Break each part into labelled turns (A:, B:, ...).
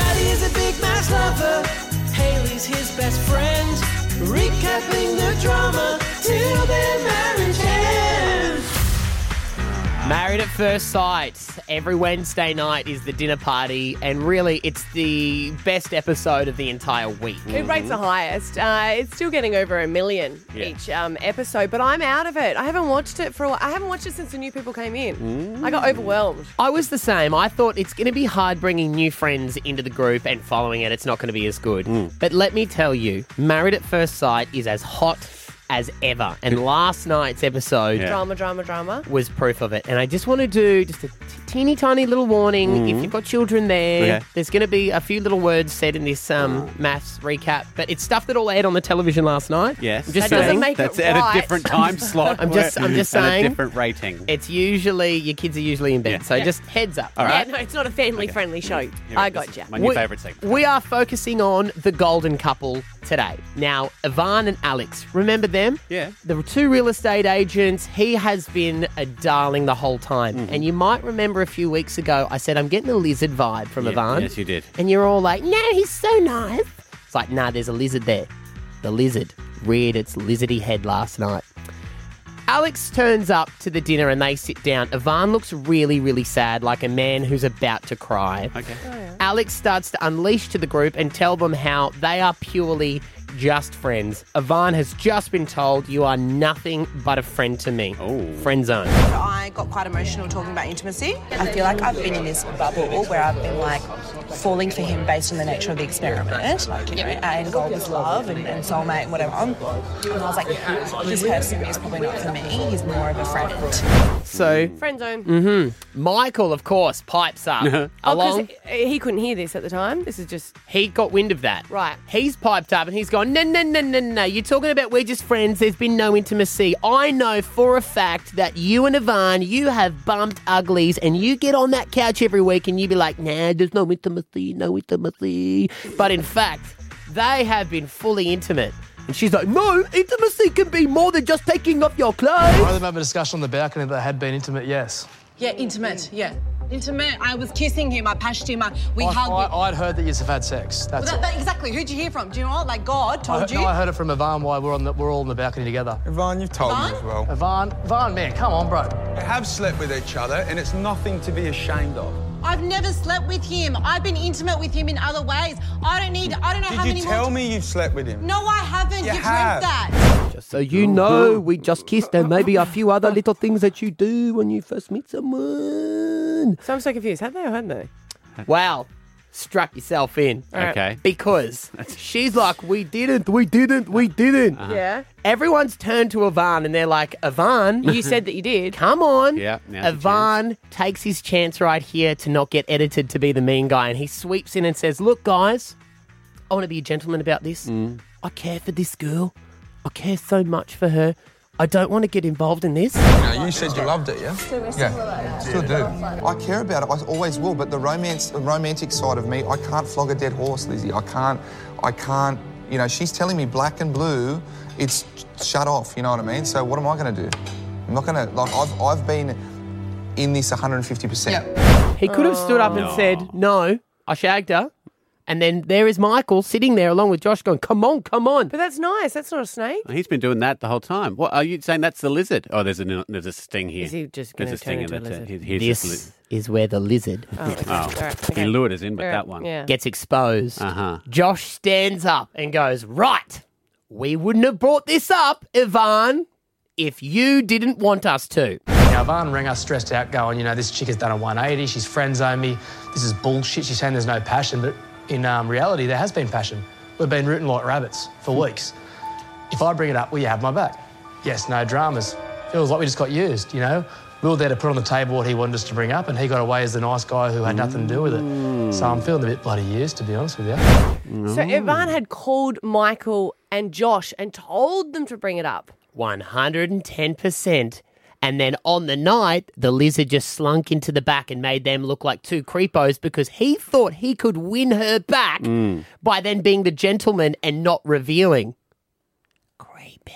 A: a big mass lover. Haley's his best friend. Recapping the drama till their marriage ends.
B: Married at First Sight. Every Wednesday night is the dinner party, and really, it's the best episode of the entire week.
C: It rates the highest. Uh, it's still getting over a million each um, episode, but I'm out of it. I haven't watched it for a while. I haven't watched it since the new people came in. I got overwhelmed.
B: I was the same. I thought it's going to be hard bringing new friends into the group and following it. It's not going to be as good. But let me tell you, Married at First Sight is as hot as ever. And last night's episode
D: Yeah.
C: Drama, drama, drama.
B: was proof of it. And I just want to do just a t- teeny tiny little warning. If you've got children there,
D: Okay.
B: there's going to be a few little words said in this um, maths recap. But it's stuff that all aired on the television last night.
D: Yes.
B: I'm just
C: That doesn't
B: saying.
C: make it
D: That's at
C: right.
D: a different time slot.
B: I'm just- I'm just
D: and
B: saying.
D: A different rating.
B: it's usually your kids are usually in bed,
D: Yeah.
B: so just heads up.
D: All right.
C: Yeah, no, it's not a family friendly show.
D: Here
C: I
D: it is.
C: got you.
D: My new favourite segment.
B: we are focusing on the golden couple today. Now, Ivan and Alex, remember them?
D: Yeah.
B: The two real estate agents, he has been a darling the whole time.
D: Mm-hmm.
B: And you might remember a few weeks ago, I said, I'm getting a lizard vibe from
D: Yeah,
B: Ivan.
D: yes, you did.
B: And you're all like, no, he's so nice. It's like, nah, there's a lizard there. The lizard reared its lizardy head last night. Alex turns up to the dinner and they sit down. Ivan looks really, really sad, like a man who's about to cry.
D: Okay.
B: Alex starts to unleash to the group and tell them how they are purely just friends. Ivan has just been told, You are nothing but a friend to me.
D: Oh.
B: Friend zone.
E: I got quite emotional talking about intimacy. I feel like I've been in this bubble where I've been like falling for him based on the nature of the experiment. Like, you know, our end goal was love and, and soulmate and whatever. And I was like, this person is probably not for me. He's more of a friend.
B: So
C: Friend zone.
B: Michael, of course, pipes
D: Oh,
B: up
C: Because
B: along.
C: he couldn't hear this at the time. This is just
B: He got wind of that.
C: Right.
B: He's piped up and he's gone, No, no, no, no, no. You're talking about we're just friends. There's been no intimacy. I know for a fact that you and Ivan, you have bumped uglies and you get on that couch every week and you be like, Nah, there's no intimacy, no intimacy. But in fact, they have been fully intimate. And she's like, No, intimacy can be more than just taking off your
F: I
B: clothes.
F: remember a discussion on the balcony that had been intimate, yes.
E: Yeah, intimate. Yeah. Intimate. I was kissing him. I pushed him. I, we
G: Oh,
F: I,
E: hugged. we-
F: I, I'd heard that you have had sex. That's
E: That-
F: it.
E: that- exactly. Who'd you hear from? Do you know what? Like God
F: I,
E: told
F: heard-
E: you.
F: no, I heard it from Ivan while we're, on the, we're all on the balcony together.
H: Oh.
G: Vaughn, you've told
E: Vaughn?
G: me as well.
F: Ivan, Ivan, man, come on, bro.
G: They have slept with each other, and it's nothing to be ashamed of.
E: I've never slept with him. I've been intimate with him in other ways. I don't need. I don't know how
G: Did
E: many
G: you tell
E: more.
G: me you've slept with him?
E: No, I haven't.
G: You
E: You've dreamt
G: have.
E: that.
B: So you know we just kissed and maybe a few other little things that you do when you first meet someone.
C: so I'm so confused. Had they or hadn't they?
B: Wow. Struck yourself in.
D: Okay.
B: Because she's like, we didn't, we didn't, we didn't.
D: Uh. Uh-huh.
C: Yeah.
B: Everyone's turned to Ivan and they're like, Ivan,
C: You said that you did.
B: come on.
D: Yeah, now's your
B: Ivan takes his chance right here to not get edited to be the mean guy. And he sweeps in and says, Look, guys, I want to be a gentleman about this.
D: Mm.
B: I care for this girl. I care so much for her. I don't want to get involved in this.
G: No, you said you loved it, yeah? yeah. Still do.
H: I care about it. I always will. But the romance, the romantic side of me, I can't flog a dead horse, Lizzie. I can't. I can't. You know, she's telling me black and blue. It's shut off. You know what I mean? So what am I going to do? I'm not going to. Like I've I've been in this 150. percent
B: He could have stood up and said, No, I shagged her. And then there is Michael sitting there along with Josh going, Come on, come on.
C: But that's nice. That's not a snake.
D: Well, He's been doing that the whole time. What are you saying? That's the lizard. Oh, there's a there's a sting here.
C: Is he just
D: There's
C: gonna
D: sting
C: turn
D: in
C: into a
D: the t-
C: lizard?
D: he- here's this
B: This is where the lizard
D: li- oh,
C: All right, okay.
D: he lured us in with
C: All right,
D: that one.
C: Yeah.
B: gets exposed.
D: Uh-huh.
B: Josh stands up and goes, Right, we wouldn't have brought this up, Ivan, if you didn't want us to.
F: Now, Ivan rang us stressed out, going, you know, this chick has done a 180. She's friend zoned me. This is bullshit. She's saying there's no passion. But in um, reality, there has been passion. We've been rooting like rabbits for weeks. If I bring it up, will you have my back? Yes, no dramas. Feels like we just got used, you know? We were there to put on the table what he wanted us to bring up, and he got away as the nice guy who had nothing to do with it. So I'm feeling a bit bloody used, to be honest with you.
C: So Ivan had called Michael and Josh and told them to bring it up.
B: 110%. And then on the night, the lizard just slunk into the back and made them look like two creepos because he thought he could win her back by then being the gentleman and not revealing. Creepy.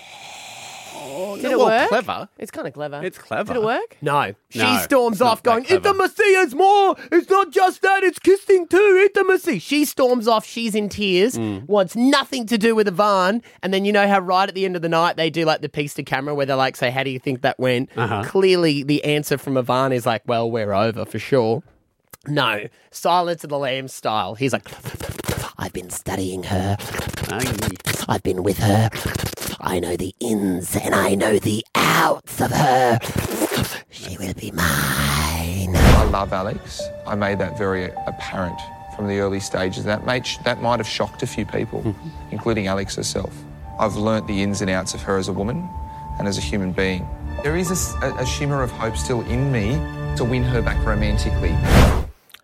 C: Oh, did
D: No,
C: it
D: well,
C: work?
D: clever.
C: It's kind of clever.
D: It's clever.
C: Did it work?
B: No.
D: No,
B: She storms
D: it's not
B: off going,
D: that clever.
B: Intimacy is more. It's not just that, it's kissing too. Intimacy. She storms off. She's in tears,
D: Mm.
B: wants nothing to do with Ivan. And then you know how right at the end of the night they do like the piece to camera where they're like, say, how do you think that went?
D: Uh-huh.
B: Clearly the answer from Ivan is like, well, we're over for sure. No. Silence of the Lambs style. He's like, I've been studying her. I've been with her. I know the ins and I know the outs of her. She will be mine.
H: I love Alex. I made that very apparent from the early stages. That made sh- that might have shocked a few people, including Alex herself. I've learnt the ins and outs of her as a woman and as a human being. There is a s- a, a shimmer of hope still in me to win her back romantically.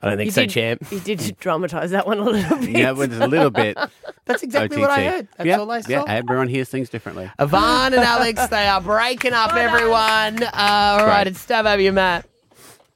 B: I don't think
C: You
B: so,
C: did,
B: champ.
C: You did dramatise that one a little bit.
D: Yeah, well, just a little bit.
B: That's exactly what I heard. That's
D: yeah,
B: all I
D: Yeah,
B: saw.
D: everyone hears things differently.
B: Ivan and Alex, they are breaking up, everyone. Uh, all right,
D: Great.
B: it's Stab Over Your Mat.